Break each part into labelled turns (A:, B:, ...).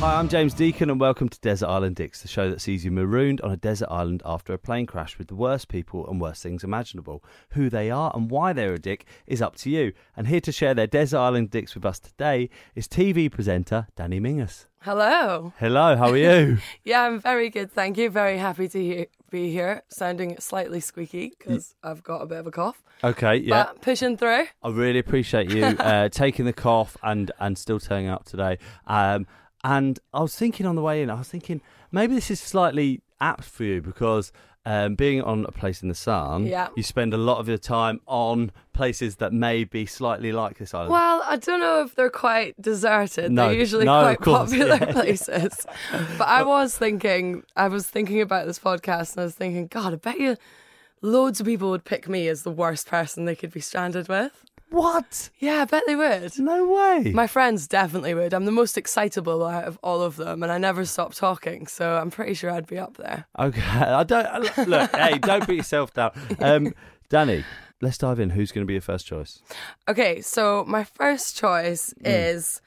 A: Hi, I'm James Deacon, and welcome to Desert Island Dicks, the show that sees you marooned on a desert island after a plane crash with the worst people and worst things imaginable. Who they are and why they're a dick is up to you. And here to share their Desert Island Dicks with us today is TV presenter Danny Mingus.
B: Hello.
A: Hello, how are you?
B: Yeah, I'm very good. Thank you. Very happy to he- be here. Sounding slightly squeaky because I've got a bit of a cough.
A: okay, Mm. yeah.
B: But pushing through.
A: I really appreciate you uh, taking the cough and and still turning up today. Um, and I was thinking on the way in, I was thinking maybe this is slightly apt for you because um, being on a place in the sun,
B: Yeah.
A: you spend a lot of your time on places that may be slightly like this island.
B: Well, I don't know if they're quite deserted.
A: No,
B: they're usually
A: no,
B: quite
A: of course,
B: popular
A: yeah.
B: places. But I was thinking, I was thinking about this podcast and I was thinking, God, I bet you loads of people would pick me as the worst person they could be stranded with.
A: what?
B: Yeah, I bet they would.
A: No way.
B: My friends definitely would. I'm the most excitable out of all of them, and I never stop talking, so I'm pretty sure I'd be up there.
A: okay, I don't uh, look. hey, don't beat yourself down, um, Danny. Let's dive in. Who's going to be your first choice?
B: Okay, so my first choice
A: Mm.
B: is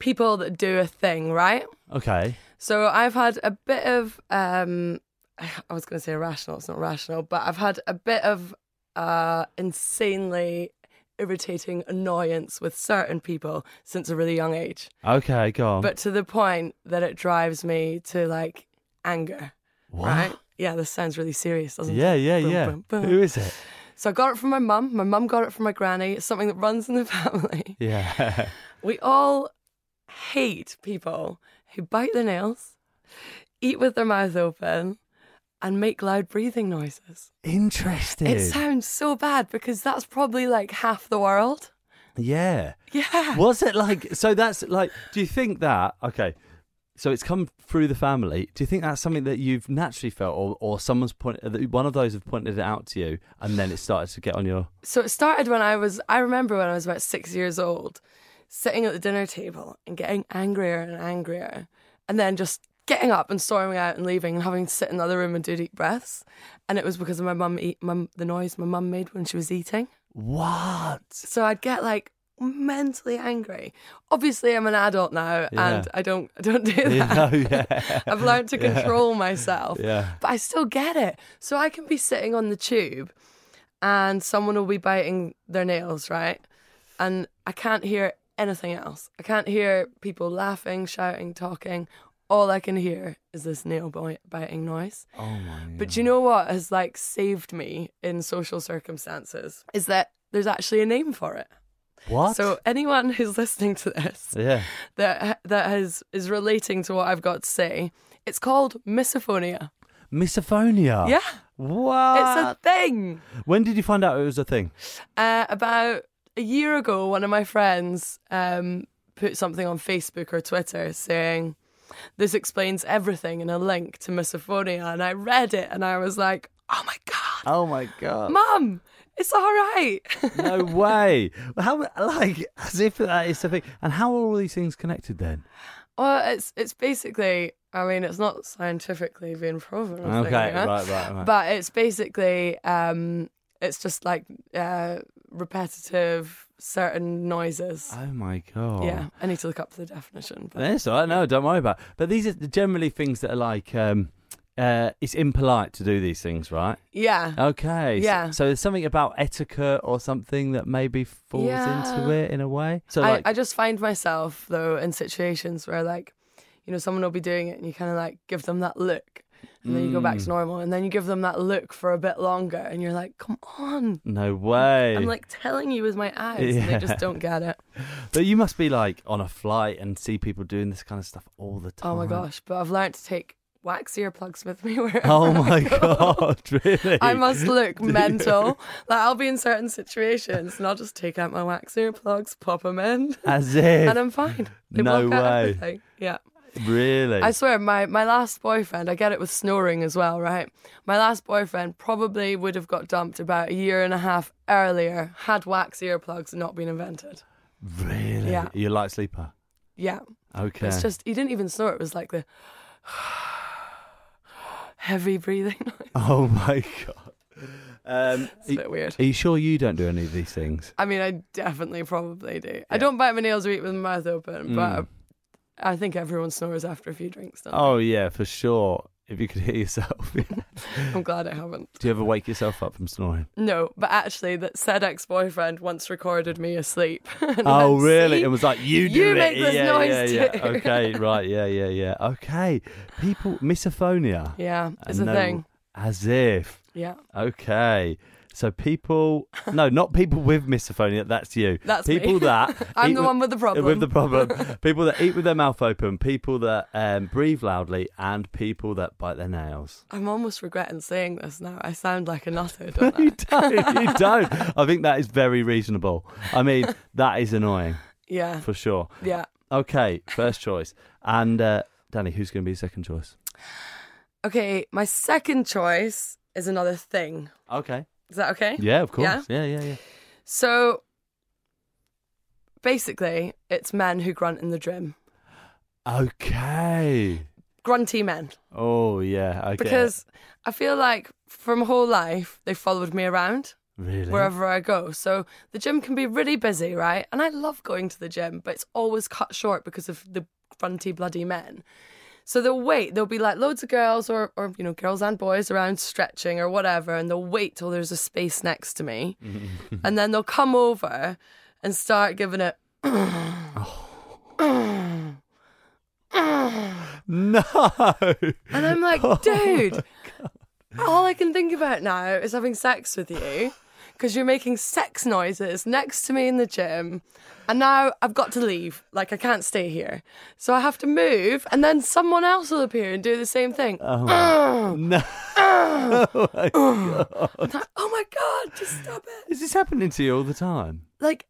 B: people that do a thing, right?
A: Okay.
B: So I've had a bit of, um, I was going to say irrational, it's not rational, but I've had a bit of uh, insanely irritating annoyance with certain people since a really young age,
A: Okay, go on.
B: but to the point that it drives me to like anger.
A: What?
B: right? Yeah, this sounds really serious, doesn't
A: Yeah,
B: it?
A: yeah,
B: Boom,
A: yeah.
B: boom, boom.
A: Who is it?
B: So I got it from my mum. My mum got it from my granny. It's something that runs in the family.
A: Yeah.
B: We all hate people who bite their nails, eat with their mouth open, and make loud breathing noises.
A: Interesting.
B: It sounds so bad because that's probably like half the world.
A: yeah.
B: Yeah.
A: Was it like so that's like do you think that okay so it's come through the family. Do you think that's something that you've naturally felt or, or someone's pointed one of those have pointed it out to you and then it started to get on your
B: So it started when I was, I remember when I was about six years old, sitting at the dinner table and getting angrier and angrier, and then just getting up and storming out and leaving and having to sit in another room and do deep breaths. And it was because of my mum, eat, mum the noise my mum made when she was eating.
A: what?
B: So I'd get like mentally angry. Obviously, I'm an adult now and
A: Yeah.
B: I don't, I don't do that.
A: You know, Oh, yeah.
B: I've learned to control myself.
A: Yeah.
B: But I still get it. So I can be sitting on the tube and someone will be biting their nails, right? And I can't hear anything else. I can't hear people laughing, shouting, talking. All I can hear is this nail boi- biting noise.
A: Oh my god.
B: But you know what has like saved me in social circumstances is that there's actually a name for it.
A: What?
B: So anyone who's listening to this,
A: yeah.
B: that that has is relating to what I've got to say. It's called misophonia.
A: Misophonia.
B: Yeah, it's
A: What?
B: a thing.
A: When did you find out it was a thing?
B: Uh, about a year ago, one of my friends um, put something on Facebook or Twitter saying, "This explains everything," and a link to misophonia. And I read it, and I was like, "Oh my god,
A: Oh my god.
B: mum, it's all right."
A: no way. How like as if that is something. And how are all these things connected then?
B: well, it's it's basically. I mean, it's not scientifically being proven. or
A: Okay,
B: something,
A: right,
B: yeah?
A: right, right.
B: but it's basically um it's just like uh repetitive certain noises
A: oh my god.
B: yeah i need to look up the definition but
A: That's all right. No, don't worry about. It. But these are generally things that are like. Um, uh, it's impolite to do these things, right?
B: yeah
A: Okay. so-
B: Yeah.
A: So, there's something about etiquette or something that maybe falls into
B: Yeah.
A: it in a way. So
B: I,
A: like,
B: I just find myself though in situations where like you know someone will be doing it and you kind of like give them that look and then you go back
A: Mm.
B: to normal and then you give them that look for a bit longer and you're like come on
A: no way.
B: i'm like telling you with my eyes and
A: Yeah.
B: they just don't get it
A: but you must be like on a flight and see people doing this kind of stuff all the time.
B: oh my gosh but i've learned to take wax earplugs with me wherever
A: Oh my
B: I go.
A: god! Really?
B: I must look mental. Like I'll be in certain situations and I'll just take out my wax earplugs, pop them in,
A: As if.
B: and I'm fine. They
A: No
B: block out
A: way.
B: everything. Yeah.
A: Really?
B: I swear, my, my last boyfriend, I get it with snoring as well, right? My last boyfriend probably would have got dumped about a year and a half earlier had wax earplugs not been invented.
A: really?
B: Yeah.
A: You're a light sleeper.
B: Yeah.
A: Okay.
B: It's just, he didn't even snore. It was like the heavy breathing noise.
A: oh my god. Um,
B: It's a bit weird.
A: are you sure you don't do any of these things?
B: I mean, I definitely probably do. I don't bite my nails or eat with my mouth open, Mm.
A: Mm.
B: but um, I, I think everyone snores after a few drinks. Don't
A: Oh yeah, for sure. If you could hear yourself. do
B: they? I'm glad I haven't.
A: you ever wake yourself up from snoring?
B: No, but actually, that said ex boyfriend once recorded me asleep. And
A: Oh
B: went,
A: really?
B: "See?
A: It was like you do
B: You
A: it.
B: make this
A: yeah,
B: noise
A: yeah, yeah.
B: too.
A: Okay, right. Yeah, yeah, yeah. Okay. People misophonia.
B: Yeah, it's
A: No,
B: a thing.
A: As if.
B: Yeah,
A: Okay. So people, no, not people with misophonia. That's you.
B: That's me.
A: people that
B: I'm
A: eat
B: the
A: with-
B: one with the problem.
A: With the problem, people that eat with their mouth open, people that um, breathe loudly, and people that bite their nails.
B: I'm almost regretting saying this now. I sound like a nutter, don't
A: You
B: I?
A: don't. You don't. I think that is very reasonable. I mean, that is annoying
B: Yeah,
A: for sure.
B: yeah.
A: Okay, first choice, and uh, Danny, who's going to be your second choice?
B: Okay, my second choice is another thing.
A: Okay.
B: Is that okay?
A: Yeah, of course. Yeah,
B: Yeah?
A: yeah, yeah.
B: So basically, it's men who grunt in the gym.
A: Okay.
B: Grunty men.
A: Oh yeah. I get it.
B: Because I feel like from whole life, they followed me around.
A: really
B: wherever I go. So the gym can be really busy, right? And I love going to the gym, but it's always cut short because of the grunty bloody men. So they'll wait. There'll be like loads of girls or, or you know, girls and boys around stretching or whatever, and they'll wait till there's a space next to me. and then they'll come over and start giving it
A: No. Oh
B: And I'm like, dude, all I can think about now is having sex with you because you're making sex noises next to me in the gym. And now I've got to leave. Like, I can't stay here. So I have to move. And then someone else will appear and do the same thing.
A: No.
B: I'm like, oh my God, just stop it.
A: Is this happening to you all the time?
B: Like,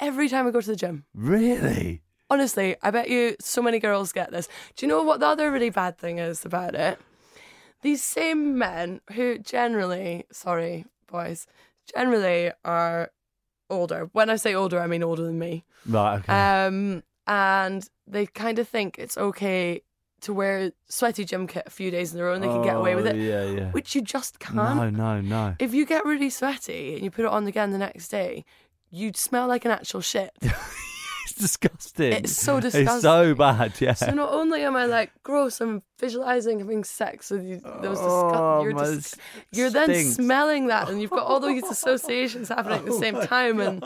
B: every time I go to the gym.
A: Really?
B: Honestly, I bet you so many girls get this. Do you know what the other really bad thing is about it? These same men who generally, sorry, boys, generally are older. When I say older, I mean older than me.
A: Right, okay.
B: Um, and they kind of think it's okay to wear sweaty gym kit a few days in a row and they can get away with
A: Oh,
B: it,
A: Yeah, yeah.
B: which you just can't.
A: no, no, no.
B: If you get really sweaty and you put it on again the next day, you smell like an actual shit.
A: It's disgusting.
B: It's so
A: It's so
B: disgusting.
A: bad, yeah.
B: So not only am I like gross, I'm visualizing having sex with you. Those
A: Oh,
B: disgu- you're,
A: my
B: dis-
A: s-
B: you're then
A: stinks. Oh
B: smelling that, and you've got all these associations happening at the same time. And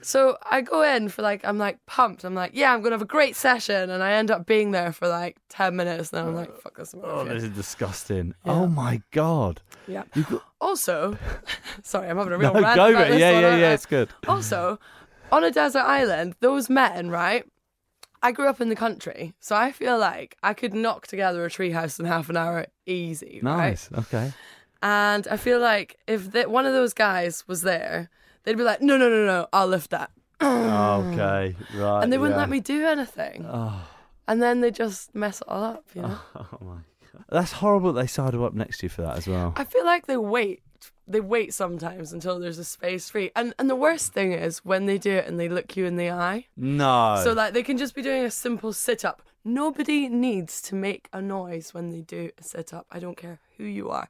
B: so I go in for like I'm like pumped. I'm like, yeah, I'm gonna have a great session, and I end up being there for like ten minutes. And then I'm like, fuck this. I'm out
A: Oh,
B: of here.
A: this is disgusting. Oh my god.
B: Yeah.
A: You've got...
B: Also, sorry, I'm having
A: No,
B: a real
A: go
B: rant
A: for
B: about
A: it.
B: this
A: Yeah,
B: one,
A: yeah,
B: aren't
A: yeah.
B: I?
A: It's good.
B: Also, on a desert island, those men, right? I grew up in the country, so I feel like I could knock together a treehouse in half an hour easy. Right?
A: Nice. Okay.
B: And I feel like if th one of those guys was there, they'd be like, no, no, no, no, I'll lift that.
A: Ah. Okay. Right.
B: And they wouldn't
A: Oh, yeah.
B: let me do anything. And then they just mess it all up, you know?
A: Oh my god. That's horrible that they sidle up next to you for that as well.
B: I feel like they wait. They wait sometimes until there's a space free. And and the worst thing is when they do it and they look you in the eye.
A: No.
B: So like they can just be doing a simple sit up. Nobody needs to make a noise when they do a sit up. I don't care who you are.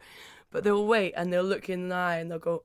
B: But they'll wait and they'll look you in the eye and they'll go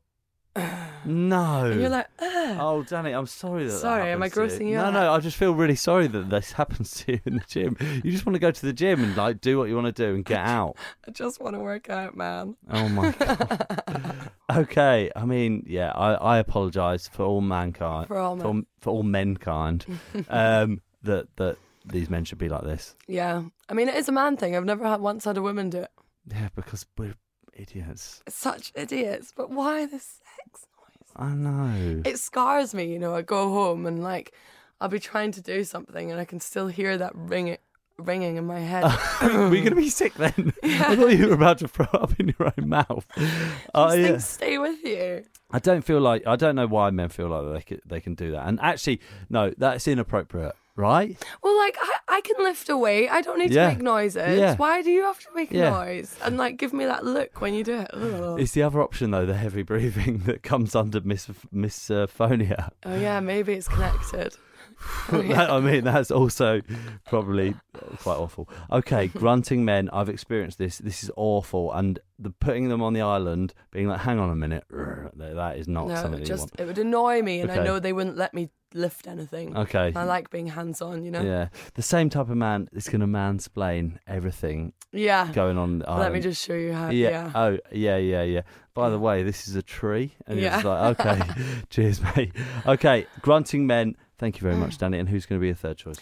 A: no.
B: and you're like, Ugh.
A: Oh, Danny, I'm sorry that. that
B: Sorry, am
A: happens
B: I
A: to
B: grossing you
A: No,
B: out?
A: no, I just feel really sorry that this happens to you in the gym. You just want to go to the gym and like do what you want to do and get out.
B: I just want to work out, man.
A: Oh my god. okay, I mean, yeah, I, I apologise for all mankind,
B: For all
A: for, all- for all mankind, um, that that these men should be like this.
B: Yeah. I mean it is a man thing. I've never had once had a woman do it.
A: Yeah, because we're idiots.
B: Such idiots. But why the sex noise?
A: I know.
B: it scars me, you know. I go home and like I'll be trying to do something and I can still hear that ring ringing in my head.
A: we're gonna be sick then. I thought you were about to throw up in your own mouth. Oh
B: These
A: yeah.
B: things stay with you.
A: I don't feel like I don't know why men feel like they can, they can do that. And actually, no, that's inappropriate, right?
B: Well, like I, I can lift a weight. I don't need
A: Yeah.
B: to make noises.
A: Yeah.
B: Why do you have to make a
A: Yeah.
B: noise? And like give me that look when you do it. Ugh.
A: It's the other option though, the heavy breathing that comes under mis- misophonia.
B: Oh yeah, maybe it's connected. Oh,
A: That- I mean, that's also probably quite awful. Okay, grunting men. I've experienced this. This is awful, and the putting them on the island, being like, "Hang on a minute, rrr, that that is not
B: No,
A: something
B: it
A: that
B: just it would annoy me, and
A: Okay.
B: I know they wouldn't let me lift anything.
A: you want." Okay,
B: I like being hands on, you know.
A: yeah, the same type of man is going to mansplain everything
B: Yeah.
A: going on. The
B: Let
A: island.
B: me just show you how.
A: Yeah.
B: Yeah.
A: Oh, yeah, yeah, yeah. By the way, this is a tree, and yeah. it's
B: Yeah.
A: like, okay, cheers, mate. Okay, grunting men. Thank you very
B: Mm.
A: much, Danny. And who's going to be a third choice?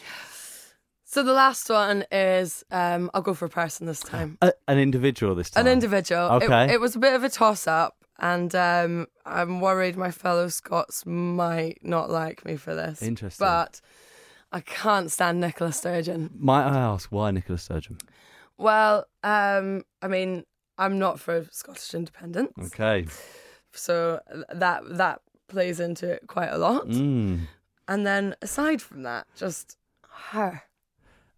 B: So the last one is um, I'll go for a person this time.
A: A, an individual this time.
B: An individual. It-
A: Okay.
B: It, was a bit of a toss up, and um, I'm worried my fellow Scots might not like me for this.
A: Interesting.
B: But I can't stand Nicola Sturgeon.
A: Might I ask why Nicola Sturgeon?
B: Well, um, I mean, I'm not for Scottish independence,
A: Okay.
B: so that that plays into it quite a lot.
A: Mm.
B: And then aside from that, just her.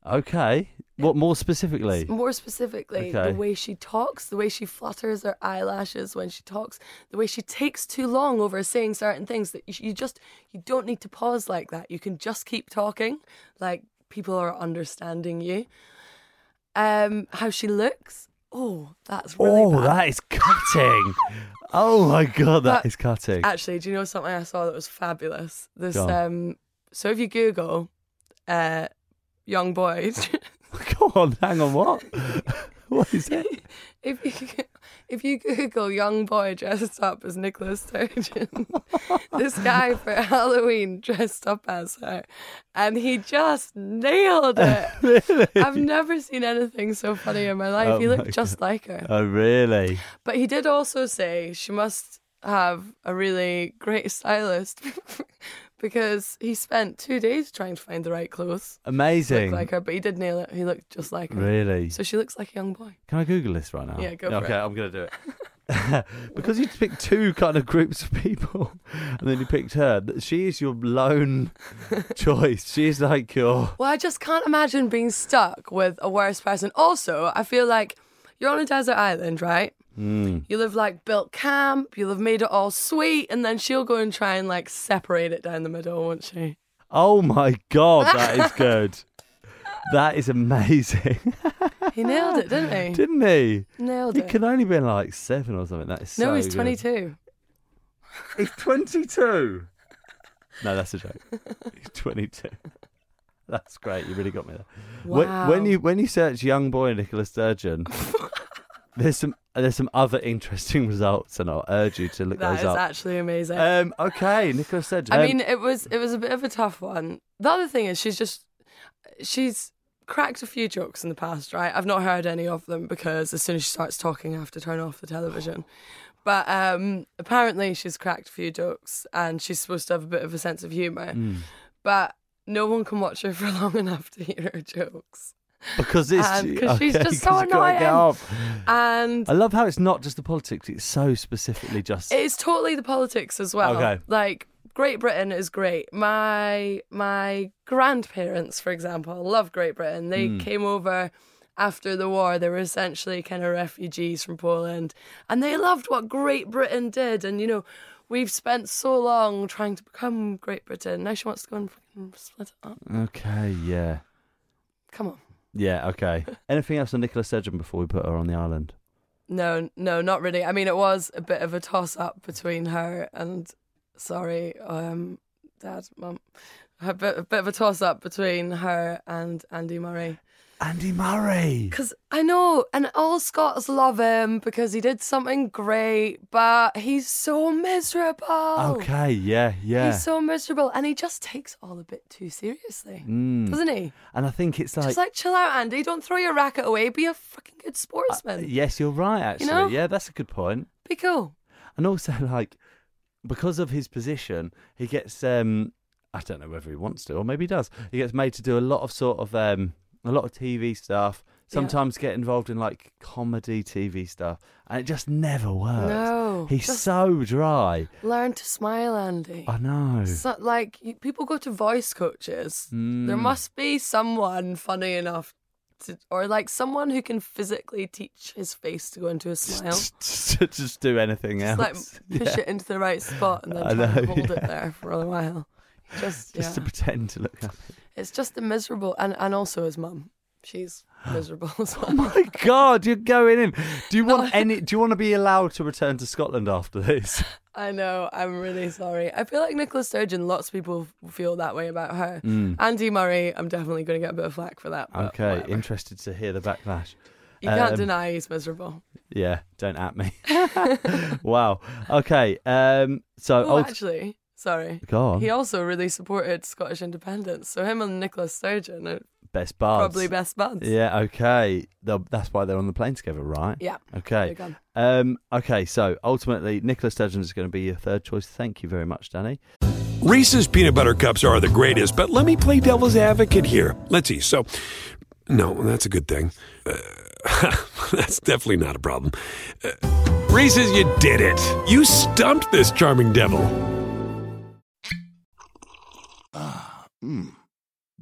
A: Okay. What more specifically?
B: More specifically,
A: Okay.
B: the way she talks, the way she flutters her eyelashes when she talks, the way she takes too long over saying certain things that you, you just you don't need to pause like that. You can just keep talking, like people are understanding you. Um, how she looks. Oh, that's really
A: oh,
B: bad.
A: that is cutting. oh my god, that
B: But-
A: is cutting.
B: Actually, do you know something I saw that was fabulous? This
A: Go on.
B: um, so if you Google, uh, young boy.
A: Go on, hang on. What? what is it?
B: If you if you Google young boy dressed up as Nicholas Sturgeon, this guy for Halloween dressed up as her, and he just nailed it. I've never seen anything so funny in my life.
A: Oh
B: he
A: my
B: looked just like her.
A: Oh really?
B: But he did also say she must have a really great stylist because he spent two days trying to find the right clothes to
A: Amazing.
B: look like her. But he did nail it. He looked just like her.
A: Really?
B: So she looks like a young boy.
A: Can I Google this right now?
B: Yeah, go for
A: okay,
B: it.
A: I'm gonna do it. because you picked two kind of groups of people, and then you picked her. Th- She is your lone choice. She is like your.
B: Well, I just can't imagine being stuck with a worse person. Also, I feel like you're on a desert island, right?
A: Mm.
B: You'll have like built camp, you'll have made it all sweet, and then she'll go and try and like separate it down the middle, won't she?
A: Oh my god, that is good. that is amazing,
B: He nailed it, didn't he?
A: didn't he?
B: nailed
A: He
B: it.
A: could only been like seven or something. That is
B: no,
A: so
B: he's
A: good.
B: 22.
A: He's twenty-two. no, that's a joke. He's twenty-two. That's great. You really got me there. When,
B: Wow.
A: when you when you search young boy Nicola Sturgeon, there's some there's some other interesting results, and I'll urge you to look
B: That
A: those
B: is
A: up.
B: actually amazing.
A: Um, okay, Nicola Sturgeon.
B: I
A: Um,
B: mean, it was it was a bit of a tough one. The other thing is she's just she's cracked a few jokes in the past, right? I've not heard any of them because as soon as she starts talking, I have to turn off the television. But um, apparently, she's cracked a few jokes, and she's supposed to have a bit of a sense of humour. But no one can watch her for long enough to hear her jokes,
A: because it's
B: um, 'cause she's
A: okay,
B: just so
A: 'cause you can't get
B: annoying.
A: up.
B: and
A: I love how it's not just the politics; it's so specifically just.
B: It's totally the politics as well.
A: Okay.
B: Like Great Britain is great. My my grandparents, for example, love Great Britain. They came over after the war. They were essentially kind of refugees from Poland, and they loved what Great Britain did. And you know, we've spent so long trying to become Great Britain. Now she wants to go and fucking split it up.
A: okay, yeah,
B: Come on.
A: yeah, okay. Anything else on Nicola Sturgeon before we put her on the island?
B: No, no, not really. I mean, it was a bit of a toss up between her and sorry, um, dad, mum. A bit, a bit of a toss up between her and Andy Murray.
A: Andy Murray.
B: Because I know, and all Scots love him because he did something great, but he's so miserable.
A: Oh. Okay, yeah, yeah.
B: He's so miserable, and he just takes it all a bit too seriously,
A: Mm.
B: doesn't he?
A: And I think it's like,
B: Just like, chill out, Andy. Don't throw your racket away. Be a fucking good sportsman.
A: uh, yes, you're right. Actually,
B: know?
A: yeah, that's a good point.
B: Be cool.
A: and also like because of his position he gets um i don't know whether he wants to or maybe he does he gets made to do a lot of sort of um a lot of tv stuff Sometimes get involved in like comedy TV stuff, and it just never works.
B: No,
A: he's
B: just-
A: so dry.
B: Learn to smile, Andy.
A: I know.
B: So, like you, people go to voice coaches. There
A: Mm.
B: must be someone funny enough to, or like someone who can physically teach his face to go into a smile.
A: just, just do anything
B: Just like
A: else.
B: push
A: Yeah.
B: it into the right spot and
A: I
B: then try and
A: know,
B: hold
A: yeah.
B: it there for a while. Just,
A: Just to
B: yeah.
A: pretend to look happy.
B: it's just the miserable and, and also his mum. She's miserable as well.
A: Oh my god, you're going in. Do you
B: No,
A: want
B: I-
A: any do you want to be allowed to return to Scotland after this?
B: I know, I'm really sorry. I feel like Nicola Sturgeon, lots of people f- feel that way about her.
A: Mm.
B: Andy Murray, I'm definitely going to get a bit of flack for that. but
A: Okay,
B: whatever.
A: interested to hear the backlash.
B: You can't
A: um,
B: deny he's miserable.
A: Yeah, don't at me. wow. Okay. Um so
B: Oh,
A: ult-
B: actually, sorry.
A: go on.
B: He also really supported Scottish independence. So him and Nicola Sturgeon are
A: Best bars.
B: probably best buds.
A: Yeah, okay. They'll- that's why they're on the plane together, right?
B: Yeah.
A: Okay.
B: Big on.
A: Um, okay, so ultimately, Nicola Sturgeon is going to be your third choice. Thank you very much, Danny.
C: Reese's peanut butter cups are the greatest, but let me play devil's advocate here. Let's see. So, no, that's a good thing. Uh, that's definitely not a problem. Uh, Reese's, you did it. You stumped this charming devil.
D: Mmm.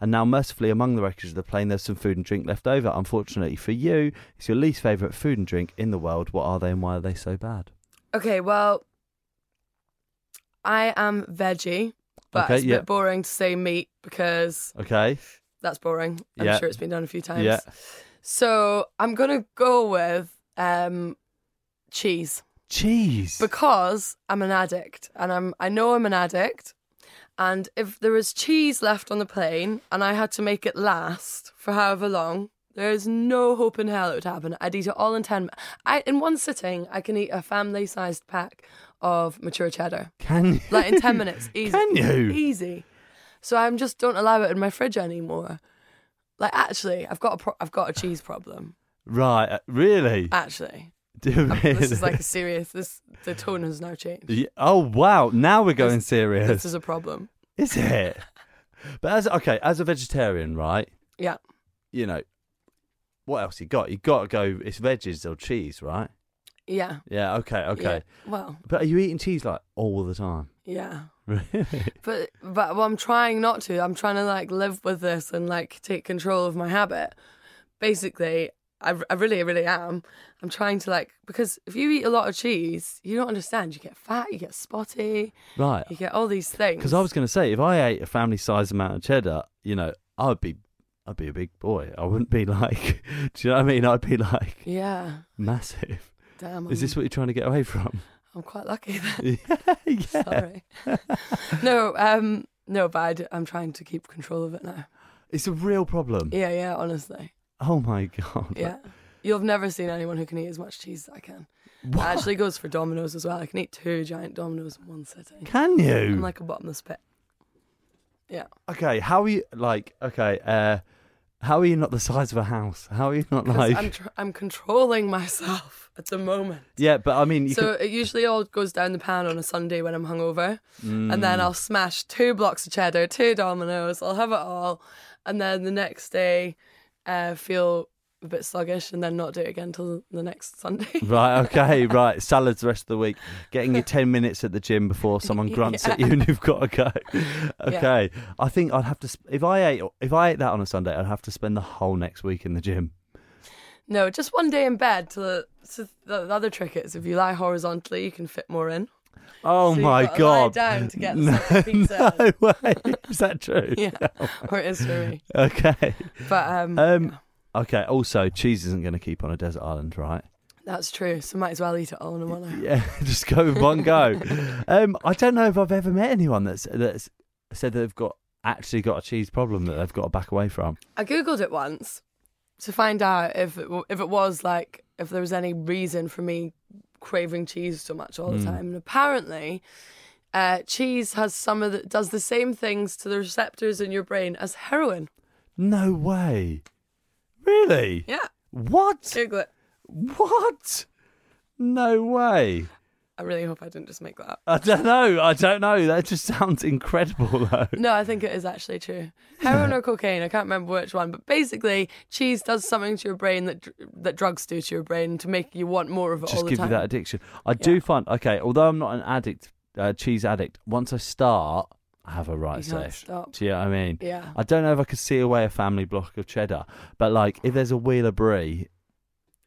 A: And now, mercifully, among the wreckage of the plane, there's some food and drink left over. Unfortunately for you, it's your least favourite food and drink in the world. What are they and why are they so bad?
B: Okay, well, I am veggie, but
A: Okay,
B: it's a
A: yeah.
B: bit boring to say meat because
A: Okay.
B: that's boring. I'm
A: Yeah.
B: sure it's been done a few times.
A: Yeah.
B: So I'm going to go with um, cheese.
A: Cheese.
B: because I'm an addict and I'm I know I'm an addict and if there was cheese left on the plane and I had to make it last for however long there is no hope in hell it would happen I'd eat it all in 10 mi- I in one sitting I can eat a family sized pack of mature cheddar
A: Can you?
B: like in 10 minutes easy
A: Can you?
B: easy so I'm just don't allow it in my fridge anymore like actually I've got a pro- I've got a cheese problem
A: Right. uh, Really?
B: actually
A: Do
B: this is
A: really?
B: like a serious this the tone has now changed
A: Yeah, Oh, wow. Now we're going
B: this
A: serious.
B: is a problem
A: Is it? But as okay, as a vegetarian, right?
B: Yeah.
A: You know, what else you got? You got to go. It's veggies or cheese, right?
B: Yeah.
A: Yeah. Okay. Okay.
B: yeah. Well,
A: But are you eating cheese like all the time?
B: yeah.
A: Really?
B: But but well, I'm trying not to. I'm trying to like live with this and like take control of my habit. Basically, I, I really really am. I'm trying to like because if you eat a lot of cheese, you don't understand. You get fat, you get spotty,
A: Right.
B: you get all these things.
A: Because I was going to say, if I ate a family size amount of cheddar, you know, I would be, I'd be a big boy. I wouldn't be like, do you know what I mean? I'd be like
B: Yeah. Mm.
A: massive.
B: Damn.
A: Is
B: I'm-
A: this what you're trying to get away from?
B: I'm quite lucky then.
A: yeah, yeah.
B: Sorry. no. Um. No, but I do- I'm trying to keep control of it now.
A: It's a real problem.
B: Yeah. Yeah. Honestly.
A: Oh my god.
B: Yeah. You've never seen anyone who can eat as much cheese as I can.
A: What?
B: That actually goes for dominoes as well. I can eat two giant dominoes in one sitting.
A: Can you?
B: I'm like a bottomless pit. Yeah.
A: okay, how are you? Like, okay, uh, how are you not the size of a house? How are you not
B: 'Cause
A: like?
B: I'm, tr- I'm controlling myself at the moment.
A: Yeah, but I mean, you
B: so it usually all goes down the pan on a Sunday when I'm hungover. And
A: Mm.
B: then I'll smash two blocks of cheddar, two dominoes. I'll have it all. And then the next day, uh, feel a bit sluggish and then not do it again till the next Sunday.
A: could- right, okay, right. Salads the rest of the week. Getting your ten minutes at the gym before someone grunts at you and you've got to go. Okay, I think I'd have to sp- if I ate if I ate that on a Sunday, I'd have to spend the whole next week in the gym.
B: No, just one day in bed. To, to the, the other trick is if you lie horizontally, you can fit more in.
A: Oh
B: So you've
A: my
B: gotta lie
A: god!
B: down to get the
A: no,
B: slice of pizza.
A: no way. Is that true?
B: Yeah, or it is for me.
A: Okay.
B: But um,
A: Um. Okay. Also, cheese isn't going to keep on a desert island, right?
B: that's true. So might as well eat it all in one. hour.
A: Yeah, just go with one go. um, I don't know if I've ever met anyone that's that's said that they've got actually got a cheese problem that they've got to back away from.
B: I googled it once to find out if it, w- if it was like if there was any reason for me craving cheese so much
A: Hmm.
B: all the time. And apparently, uh, cheese has some of the, does the same things to the receptors in your brain as heroin.
A: No way. Really?
B: Yeah,
A: What?
B: Google it.
A: What? No way.
B: I really hope I didn't just make that up.
A: I don't know. I don't know. That just sounds incredible, though.
B: No, I think it is actually true. Heroin or cocaine, I can't remember which one, but basically, cheese does something to your brain that dr- that drugs do to your brain to make you want more of it all
A: Just
B: the
A: give you
B: time.
A: that addiction. I do
B: Yeah.
A: find okay. Although I'm not an addict, uh, cheese addict. Once I start, I have a right
B: You can't
A: safe.
B: stop.
A: Do you know what I mean?
B: Yeah.
A: I don't know if I could see away a family block of cheddar, but like if there's a wheel of brie,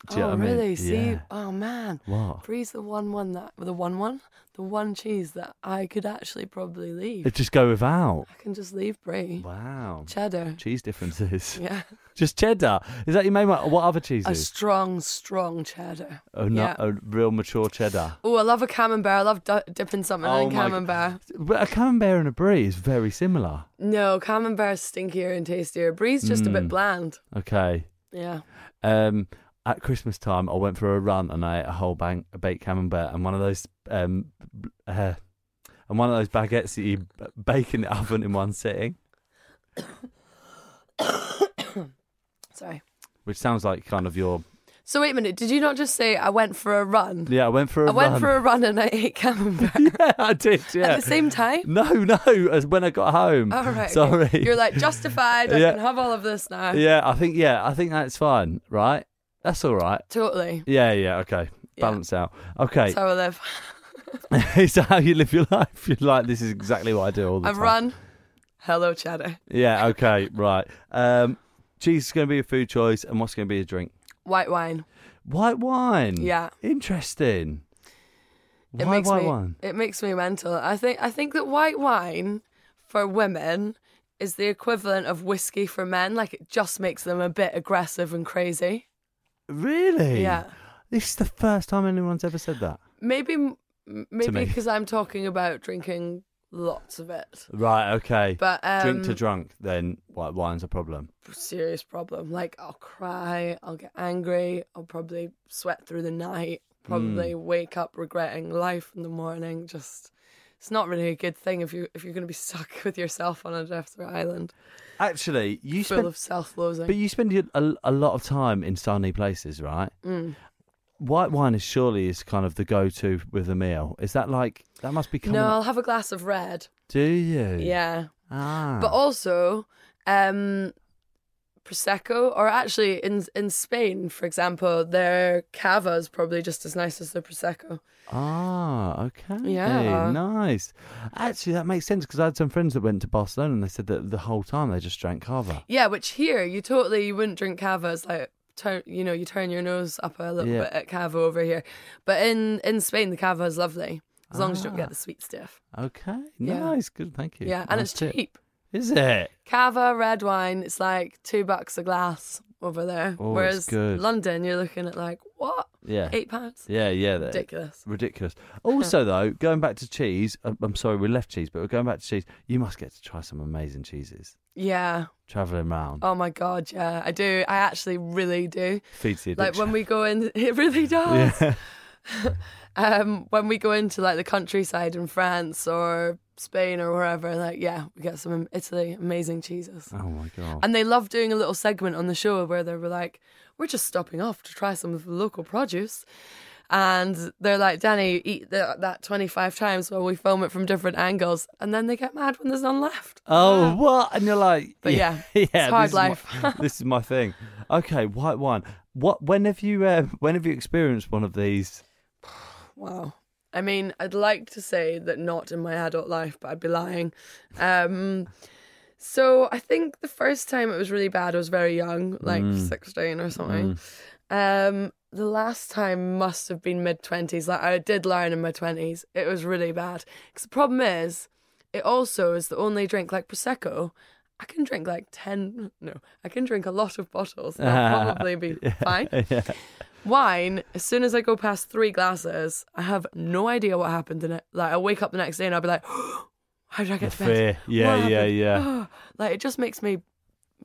A: do you know
B: oh,
A: what I mean?
B: really? See?
A: Yeah.
B: Oh, man.
A: What?
B: Bree's the one one that the one one the one cheese that I could actually probably leave.
A: It just go without.
B: I can just leave Brie.
A: Wow.
B: Cheddar.
A: Cheese differences.
B: Yeah.
A: Just cheddar. Is that your main one? What other
B: A
A: cheeses?
B: strong, strong cheddar.
A: oh, no,
B: yeah.
A: a real mature cheddar.
B: Oh, I love a camembert. I love du- dipping something
A: Oh my-
B: in camembert.
A: But a camembert and a brie is very similar.
B: No, camembert's stinkier and tastier. Brie's just a bit
A: Mm.
B: bland.
A: Okay.
B: Yeah.
A: Um, at Christmas time, I went for a run and I ate a whole bang a baked camembert and one of those um, b- uh, and one of those baguettes that you b- bake in the oven in one sitting,
B: Sorry.
A: which sounds like kind of your
B: So wait a minute. Did you not just say I went for a run?
A: yeah. I went for a
B: I went
A: run.
B: for a run and I ate camembert
A: yeah, I did. Yeah.
B: at the Oh, same time.
A: no, no. As when I got home.
B: All right.
A: Sorry.
B: okay. You're like justified. I
A: Yeah.
B: can have all of this now.
A: yeah, I think. Yeah, I think that's fine. Right. That's all right.
B: Totally.
A: Yeah. Yeah. Okay.
B: Yeah.
A: Balance out. Okay.
B: That's how I live.
A: it's how you live your life. You're like, this is exactly what I do all the
B: I've
A: time.
B: run. Hello, cheddar.
A: Yeah, okay, right. Um, cheese is going to be a food choice, and what's going to be a drink?
B: White wine.
A: White wine.
B: Yeah.
A: Interesting.
B: It
A: Why
B: makes
A: white
B: me,
A: wine?
B: It makes me mental. I think I think that white wine for women is the equivalent of whiskey for men. Like it just makes them a bit aggressive and crazy.
A: Really?
B: Yeah.
A: This is the first time anyone's ever said that.
B: Maybe m- maybe
A: me.
B: because I'm talking about drinking lots of it.
A: Right, okay.
B: But um,
A: drink to drunk, then white wine's a problem.
B: serious problem. Like I'll cry, I'll get angry, I'll probably sweat through the night, probably
A: Mm.
B: wake up regretting life in the morning. Just it's not really a good thing if you if you're gonna be stuck with yourself on a desert island
A: Actually, you
B: full
A: spend,
B: of self loathing.
A: but you spend your- a, a lot of time in sunny places, right?
B: Mm.
A: White wine is surely is kind of the go-to with a meal. Is that like that must be coming?
B: no,
A: up-
B: I'll have a glass of red.
A: Do you?
B: Yeah.
A: Ah.
B: But also, um Prosecco, or actually in in Spain, for example, their cava is probably just as nice as their Prosecco.
A: Ah, okay.
B: Yeah.
A: Nice. Actually, that makes sense because I had some friends that went to Barcelona and they said that the whole time they just drank cava.
B: Yeah, which here you totally you wouldn't drink cava. It's like turn you know you turn your nose up a little
A: Yeah.
B: bit at cava over here, but in in Spain the cava is lovely as long as you don't
A: Ah.
B: get the sweet stuff.
A: Okay.
B: Yeah.
A: Nice. Good. Thank you.
B: Yeah, and
A: Nice
B: it's
A: tip.
B: cheap.
A: Is it?
B: Cava red wine it's like two bucks a glass over there,
A: Oh, it's
B: whereas
A: good.
B: London you're looking at like what
A: Yeah.
B: eight pounds.
A: Yeah. Yeah. that-
B: Ridiculous.
A: Ridiculous. Also, though, going back to cheese, I'm, I'm sorry we left cheese, but we're going back to cheese. You must get to try some amazing cheeses.
B: Yeah.
A: Traveling around
B: Oh my god. Yeah, I do. I actually really do.
A: feeds the
B: Like
A: addiction.
B: when we go in, it really does.
A: yeah.
B: um, when we go into like the countryside in France or Spain or wherever, like yeah, we get some am- Italy amazing cheeses,
A: Oh my god.
B: and they love doing a little segment on the show where they were like, "We're just stopping off to try some of the local produce." And they're like, Danny, eat the, that 25 times while we film it from different angles. And then they get mad when there's none left.
A: Oh, what? And you're like,
B: Ah. But
A: yeah,
B: yeah, it's hard
A: this Is my,
B: life.
A: this is my thing. Okay, white wine. What? When have you? Uh, when have you experienced one of these?
B: Wow. I mean, I'd like to say that not in my adult life, but I'd be lying. Um, so I think the first time it was really bad, I was very young, like 16 or something. Um, the last time must have been mid 20s. Like, I did learn in my 20s. It was really bad. Because the problem is, it also is the only drink like Prosecco. I can drink like 10, no, I can drink a lot of bottles. and I'll probably be fine. Wine, as soon as I go past three glasses, I have no idea what happened in it. Like, I wake up the next day and I'll be like, how did I get to bed?
A: Fear. Yeah,
B: What Oh.
A: yeah,
B: happened?
A: yeah.
B: Like, it just makes me,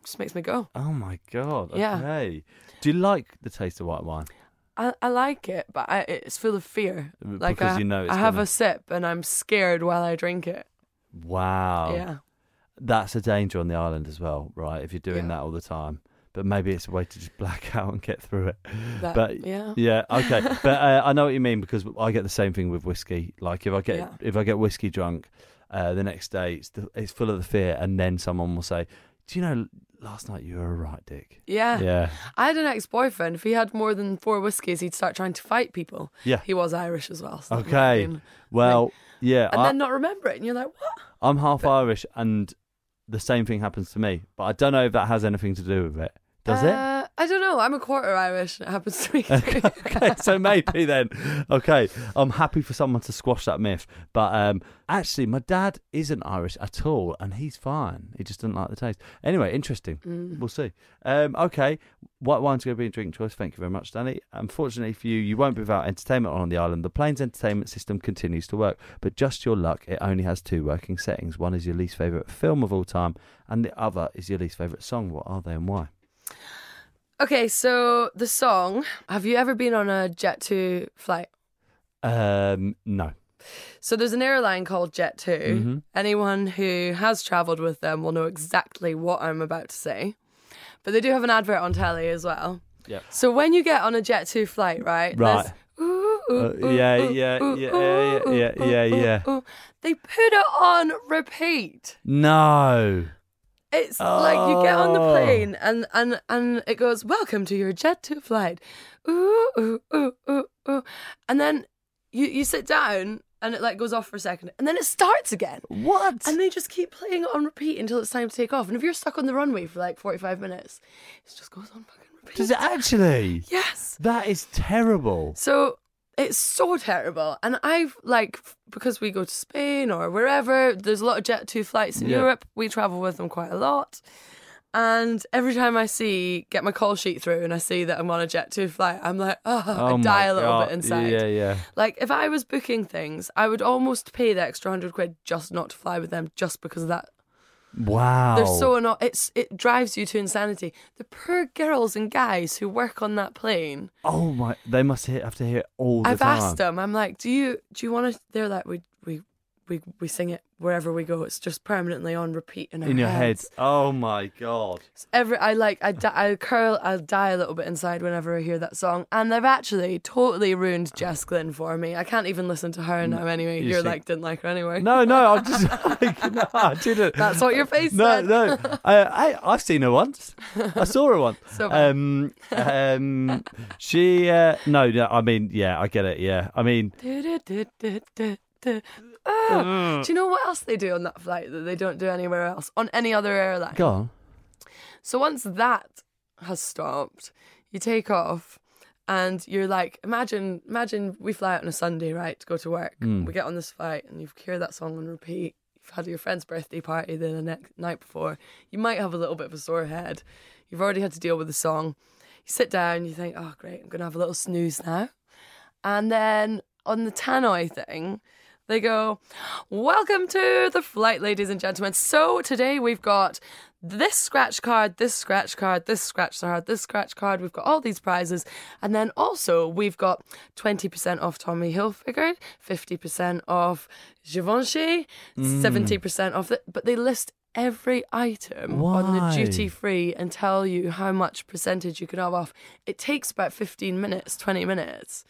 B: just makes me go.
A: Oh my god.
B: Yeah.
A: Okay. Do you like the taste of white wine?
B: I, I like it, but I, it's full of fear. Like
A: Because
B: I,
A: you know it's
B: I have
A: gonna-
B: a sip and I'm scared while I drink it.
A: Wow.
B: Yeah.
A: That's a danger on the island as well, right? If you're doing
B: Yeah.
A: that all the time. But maybe it's a way to just black out and get through it.
B: That,
A: But-
B: yeah.
A: Yeah, okay. but uh, I know what you mean because I get the same thing with whiskey. Like if I get
B: Yeah.
A: if I get whiskey drunk, uh, the next day it's the, it's full of the fear, and then someone will say, "Do you know last night you were a right dick?"
B: yeah.
A: yeah,
B: I had an ex boyfriend. If he had more than four whiskies, he'd start trying to fight people.
A: Yeah.
B: He was Irish as well. so that might have
A: okay. Uh,
B: been-
A: Well, yeah,
B: And
A: I,
B: then not remember it. And you're like, what?
A: I'm half Irish, and the same thing happens to me. But I don't know if that has anything to do with it. Does it?
B: Uh, I don't know. I'm a quarter Irish. and It happens to me.
A: okay,
B: too.
A: okay, so maybe then. Okay, I'm happy for someone to squash that myth. But um, actually, my dad isn't Irish at all, and he's fine. He just doesn't like the taste. Anyway, interesting.
B: Mm.
A: We'll see. Um, okay, white wine's going to be a drink choice. Thank you very much, Danny. Unfortunately for you, you won't be without entertainment on the island. The plane's entertainment system continues to work, but just your luck, it only has two working settings. One is your least favourite film of all time, and the other is your least favourite song. What are they and why?
B: okay, so the song Have you ever been on a Jet 2 flight?
A: Um, no.
B: So there's an airline called Jet 2.
A: Mm-hmm.
B: Anyone who has travelled with them will know exactly what I'm about to say. But they do have an advert on telly as well.
A: Yep.
B: So when you get on a Jet 2 flight, right?
A: Right.
B: there's, "Ooh, ooh,
A: Uh,
B: ooh,
A: yeah,
B: ooh,
A: yeah,
B: ooh,
A: yeah, yeah,
B: ooh,
A: yeah,
B: ooh,
A: yeah,
B: ooh,
A: yeah.
B: ooh." They put it on repeat.
A: No.
B: It's like you get on the
A: Oh.
B: plane and, and, and it goes, Welcome to your Jet 2 flight. Ooh, ooh, ooh, ooh, ooh. And then you, you sit down and it like goes off for a second and then it starts again.
A: What?
B: And they just keep playing it on repeat until it's time to take off. And if you're stuck on the runway for like 45 minutes, it just goes on fucking repeat.
A: Does it actually?
B: yes.
A: That is terrible.
B: So it's so terrible. And I've like, f- because we go to Spain or wherever, there's a lot of Jet 2 flights in
A: Yeah.
B: Europe. We travel with them quite a lot. And every time I see, get my call sheet through and I see that I'm on a Jet 2 flight, I'm like, oh, I die a little bit inside.
A: Yeah, yeah.
B: Like if I was booking things, I would almost pay the extra 100 quid just not to fly with them just because of that
A: Wow.
B: They're so anno- it's it drives you to insanity. The poor girls and guys who work on that plane.
A: Oh my! They must hear, have to hear it all the
B: I've
A: time.
B: asked them. I'm like, do you do you want to? They're like, we we we we sing it wherever we go. It's just permanently on repeat in our
A: in your head.
B: heads.
A: Oh my god.
B: It's Every I like I di- I curl I die a little bit inside whenever I hear that song. And they've actually totally ruined Jess Glynn for me. I can't even listen to her now anyway.
A: you
B: You're
A: see-
B: like didn't like her anyway.
A: No, no. I'm just like no. I didn't.
B: That's what your face
A: no,
B: said.
A: no. I, I, I've seen her once. I saw her once.
B: So bad.
A: um, um, she. Uh, no, no. I mean, yeah. I get it. Yeah. I mean,
B: Du-du-du-du-du-du. Ah, Do you know what else they do on that flight that they don't do anywhere else on any other airline?
A: go on.
B: So once that has stopped, you take off and you're like, imagine, imagine we fly out on a Sunday, right, to go to work. We get on this flight and you've heard that song on repeat. You've had your friend's birthday party the next night before. You might have a little bit of a sore head. You've already had to deal with the song. You sit down, you think, oh great, I'm gonna have a little snooze now. And then on the tannoy thing, they go, Welcome to the flight, ladies and gentlemen. So today we've got this scratch card, this scratch card, this scratch card, this scratch card. We've got all these prizes. And then also we've got 20% off Tommy Hilfiger, 50% off Givenchy, 70% off. The, but they list every item on
A: Why?
B: the duty free and tell you how much percentage you can have off. It takes about 15 minutes, 20 minutes,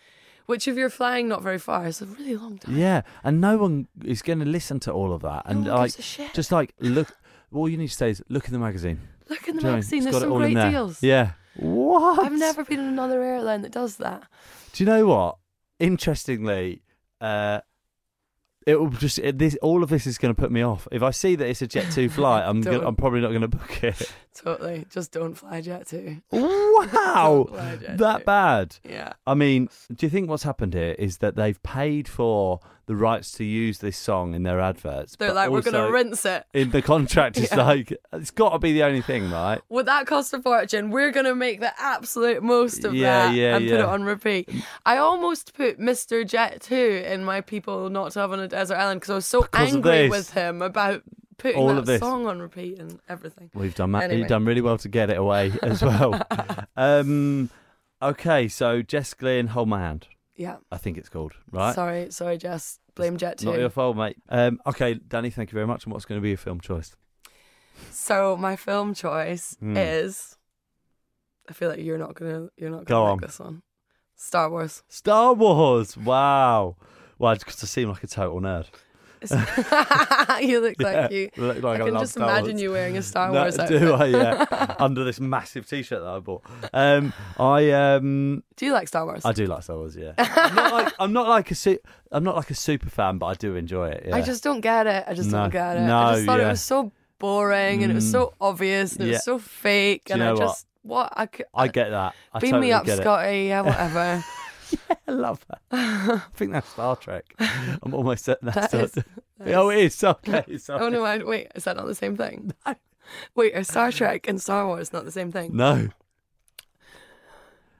B: which if you're flying not very far is a really long time.
A: Yeah, and no one is going to listen to all of that. And
B: one
A: like,
B: gives a shit.
A: just like look, all you need to say is look in the magazine.
B: Look in
A: Do
B: the
A: you know what I mean?
B: magazine,
A: It's
B: there's
A: got it
B: some
A: all in
B: great
A: there.
B: deals.
A: Yeah. What?
B: I've never been in another airline that does that.
A: Do you know what? Interestingly, uh, it will just it, this all of this is going to put me off. If I see that it's a Jet Two flight, I'm gonna,
B: Don't.
A: I'm probably not going to book it.
B: Totally. Just don't fly jet too.
A: Wow,
B: Don't fly Jet
A: that
B: Two.
A: bad.
B: Yeah.
A: I mean, do you think what's happened here is that they've paid for the rights to use this song in their adverts?
B: They're
A: but
B: like, we're going
A: also
B: to rinse it.
A: in the contract. It's like it's got to be the only thing, right?
B: Would that cost a fortune? We're going to make the absolute most of
A: Yeah,
B: that
A: yeah,
B: and put
A: yeah.
B: it on repeat. I almost put Mr. Jet 2 in my people not to have on a desert island because I was so
A: Because of
B: angry
A: this.
B: with him about putting
A: All
B: that
A: of this.
B: song on repeat and everything.
A: We've done that.
B: Anyway.
A: You've done really well to get it away as well. um, Okay, so Jess Glynn, hold my hand.
B: Yeah.
A: I think it's called right.
B: Sorry, sorry, Jess. Blame Jet
A: Not
B: too.
A: your fault, mate. Um, okay, Danny, thank you very much. And what's going to be your film choice?
B: So my film choice
A: Hmm.
B: is. I feel like you're not gonna you're not gonna
A: Go
B: like
A: on.
B: this one. Star Wars.
A: Star Wars. Wow. Well, because I seem like a total nerd.
B: It's- you look like
A: Yeah,
B: you.
A: look like I
B: I can
A: love
B: just
A: Star
B: imagine
A: Wars.
B: you wearing a Star
A: No,
B: Wars outfit.
A: do I? Yeah. Under this massive T-shirt that I bought. Um, I um,
B: Do you like Star Wars?
A: I do like Star Wars. Yeah. I'm not like, I'm not like a su- I'm not like a super fan, but I do enjoy it. Yeah.
B: I just don't get it. I just
A: No.
B: don't get it.
A: No,
B: I just thought
A: yeah.
B: it was so boring and it was
A: Mm.
B: so obvious and it
A: Yeah.
B: was so fake.
A: Do you
B: and
A: know
B: I
A: what?
B: just, what? I, c-
A: I get that. I
B: beam
A: totally
B: me up,
A: get it.
B: Scotty. Yeah, whatever.
A: I love that. I think that's Star Trek. I'm almost certain that's
B: That
A: Star
B: is-
A: Trek.
B: that
A: Oh,
B: is-
A: it is. Okay,
B: oh,
A: sorry.
B: no, I, wait, is that not the same thing? Wait, are Star Trek and Star Wars not the same thing?
A: No.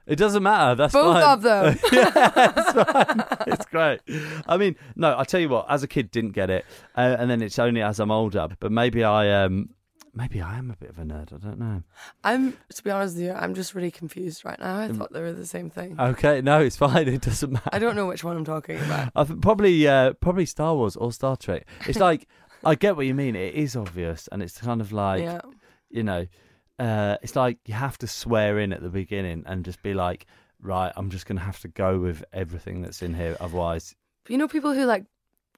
A: It doesn't matter. That's
B: Both
A: fine.
B: of them.
A: yeah, it's fine. It's great. I mean, no, I tell you what. As a kid, didn't get it, uh, and then it's only as I'm older. But maybe I um, maybe I am a bit of a nerd. I don't know.
B: I'm, to be honest with you, I'm just really confused right now.
A: Mm.
B: I thought they were the same thing.
A: Okay, no, it's fine. It doesn't matter.
B: I don't know which one I'm talking about.
A: I think probably uh, probably Star Wars or Star Trek. It's like I get what you mean. It is obvious, and it's kind of like
B: yeah.
A: you know, uh, it's like you have to swear in at the beginning and just be like, right, I'm just gonna have to go with everything that's in here, otherwise,
B: But you know, people who like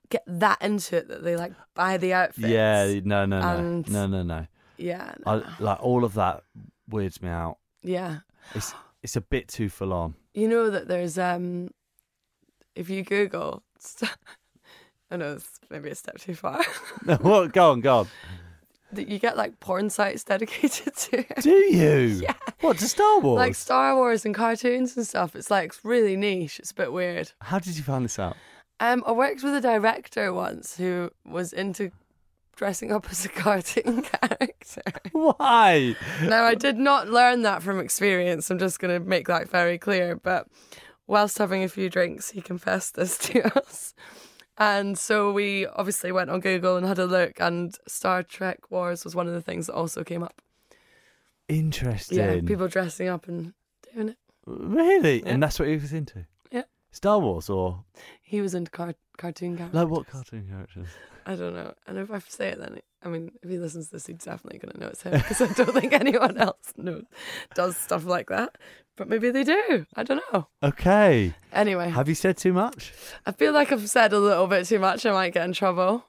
B: get that into it that they like buy the outfits.
A: yeah, no, no, no,
B: And-
A: no, no, no.
B: Yeah. no.
A: I, like all of that weirds me out.
B: yeah.
A: It's it's a bit too full on.
B: You know that there's um, if you Google, st- I know it's maybe a step too far.
A: What? go on, go on.
B: that you get like porn sites dedicated to it.
A: Do you? Yeah. What to Star Wars?
B: like Star Wars and cartoons and stuff. It's like really niche. It's a bit weird.
A: How did you find this out?
B: Um, I worked with a director once who was into dressing up as a cartoon character.
A: Why?
B: Now, I did not learn that from experience. I'm just going to make that very clear. But whilst having a few drinks, he confessed this to us. And so we obviously went on Google and had a look, and Star Trek Wars was one of the things that also came up.
A: Interesting.
B: Yeah, people dressing up and doing it.
A: Really?
B: Yeah.
A: And that's what he was into.
B: Yeah.
A: Star Wars or
B: He was into car- cartoon characters.
A: like what cartoon characters?
B: I don't know. And if I say it, then I mean, if he listens to this, he's definitely going to know it's him because I don't think anyone else knows does stuff like that. But maybe they do. I don't know.
A: Okay.
B: Anyway,
A: Have you said too much?
B: I feel like I've said a little bit too much. I might get in trouble.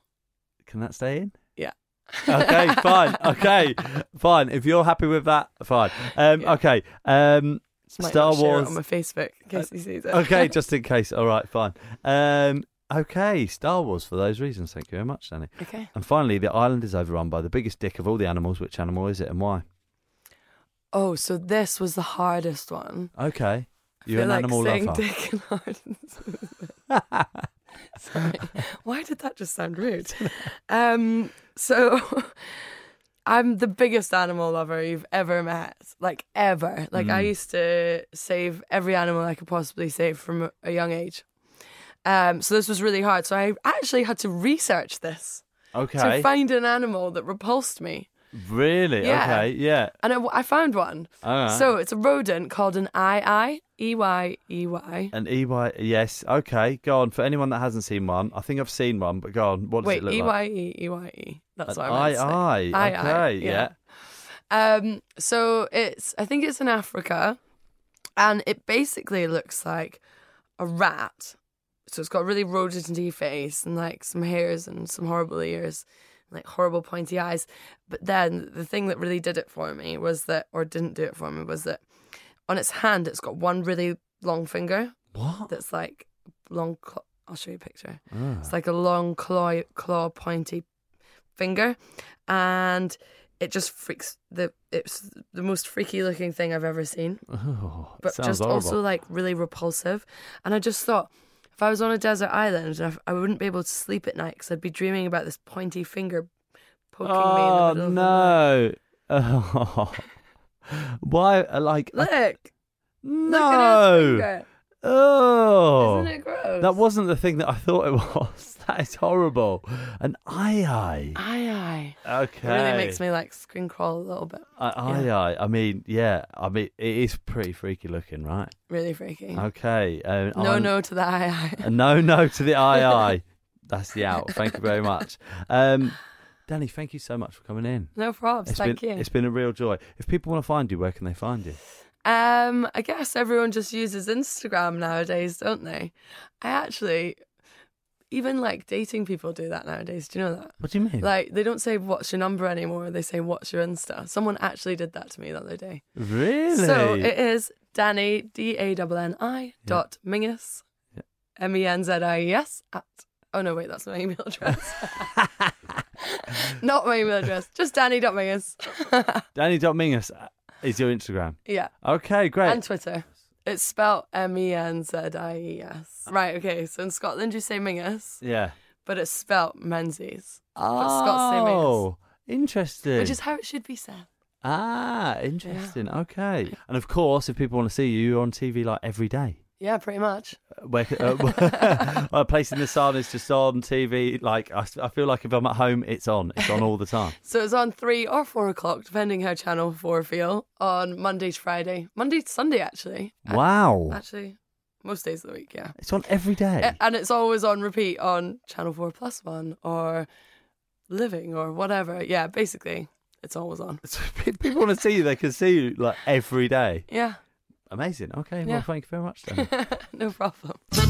A: Can that stay in?
B: Yeah.
A: Okay, fine. Okay, fine. If you're happy with that, fine. Um,
B: Yeah.
A: Okay. Um,
B: Might
A: Star
B: not share it
A: Wars. Uh,
B: on my Facebook in case he sees it.
A: okay, just in case. All right, fine. Um, okay, Star Wars for those reasons. Thank you very much, Danny.
B: okay.
A: And finally, the island is overrun by the biggest dick of all the animals. Which animal is it and why?
B: Oh, so this was the hardest one.
A: Okay.
B: I
A: You're
B: feel
A: an
B: like
A: animal
B: saying
A: lover.
B: dick and hard. Sorry. Why did that just sound rude? Um, so I'm the biggest animal lover you've ever met. Like ever. Like I
A: Mm.
B: used to save every animal I could possibly save from a young age. Um, so this was really hard. So I actually had to research this
A: okay.
B: to find an animal that repulsed me.
A: really?
B: Yeah.
A: Okay. Yeah.
B: And I, I found one.
A: All right.
B: So it's a rodent called an E ii, E-Y-E-Y.
A: An EY, yes, okay, go on. For anyone that hasn't seen one, I think I've seen one, but go on. What does
B: Wait, E
A: it look like?
B: E-Y-E-E-Y-E. E. That's
A: An
B: what I meant to say.
A: eye,
B: Eye, eye,
A: okay, yeah.
B: Um, so it's I think it's in Africa, and it basically looks like a rat. So it's got a really rodenty face and like some hairs and some horrible ears, and, like horrible pointy eyes. But then the thing that really did it for me was that, or didn't do it for me, was that on its hand it's got one really long finger
A: What?
B: that's like long. Cl- I'll show you a picture.
A: Ah.
B: It's like a long claw, claw pointy finger, and it just freaks the. It's the most freaky looking thing I've ever seen,
A: Oh, it
B: but
A: sounds
B: just
A: horrible.
B: also like really repulsive. And I just thought, if I was on a desert island, I, I wouldn't be able to sleep at night because I'd be dreaming about this pointy finger poking me. In the
A: oh
B: middle of the night.
A: no! Oh. Why? Like
B: Look,
A: no!
B: look at his finger.
A: Oh.
B: Isn't it gross?
A: That wasn't the thing that I thought it was. That is horrible. An eye
B: Aye,
A: eye. Okay.
B: aye. It really makes me like screen crawl a little bit.
A: I, aye, aye. I mean, yeah. I mean, it is pretty freaky looking, right?
B: Really freaky.
A: Okay. Um,
B: no,
A: I'm-
B: no to the aye, aye.
A: a no, no to the aye, aye. That's the out. Thank you very much, um, Danny. Thank you so much for coming in.
B: No probs.
A: It's
B: Thank
A: been
B: you.
A: it's been a real joy. If people want to find you, where can they find you?
B: Um, I guess everyone just uses Instagram nowadays, don't they? I actually, even like dating people do that nowadays. Do you know that?
A: What do you mean?
B: Like they don't say what's your number anymore. They say what's your Insta. Someone actually did that to me the other day.
A: really?
B: So it is Danny D A N N I dot Mingus M E N Z I E S at. Oh no, wait, that's my email address. Not my email address. Just Danny dot Mingus.
A: Danny.mingus is your Instagram.
B: yeah,
A: Okay, great.
B: and Twitter. It's spelled M E N Z I E S. Right. Okay. So in Scotland you say Mingus,
A: yeah.
B: but it's spelled Menzies,
A: Oh,
B: Scots say Mingus.
A: interesting.
B: which is how it should be said.
A: ah, interesting. Okay. And of course, if people want to see you, you're on TV like every day.
B: Yeah, pretty much.
A: Where, uh, uh, Place in the Sun is just on TV. Like, I, I feel like if I'm at home, it's on. It's on all the time.
B: So it's on three or four o'clock, depending how Channel Four feel, on Monday to Friday, Monday to Sunday actually.
A: wow.
B: Actually, most days of the week, yeah.
A: it's on every day.
B: A- And it's always on repeat on Channel Four Plus One or Living or whatever. Yeah, basically, it's always on.
A: so if people want to see you, they can see you like every day.
B: Yeah,
A: Amazing. Okay.
B: Yeah.
A: Well, thank you very much, Danny.
B: no problem.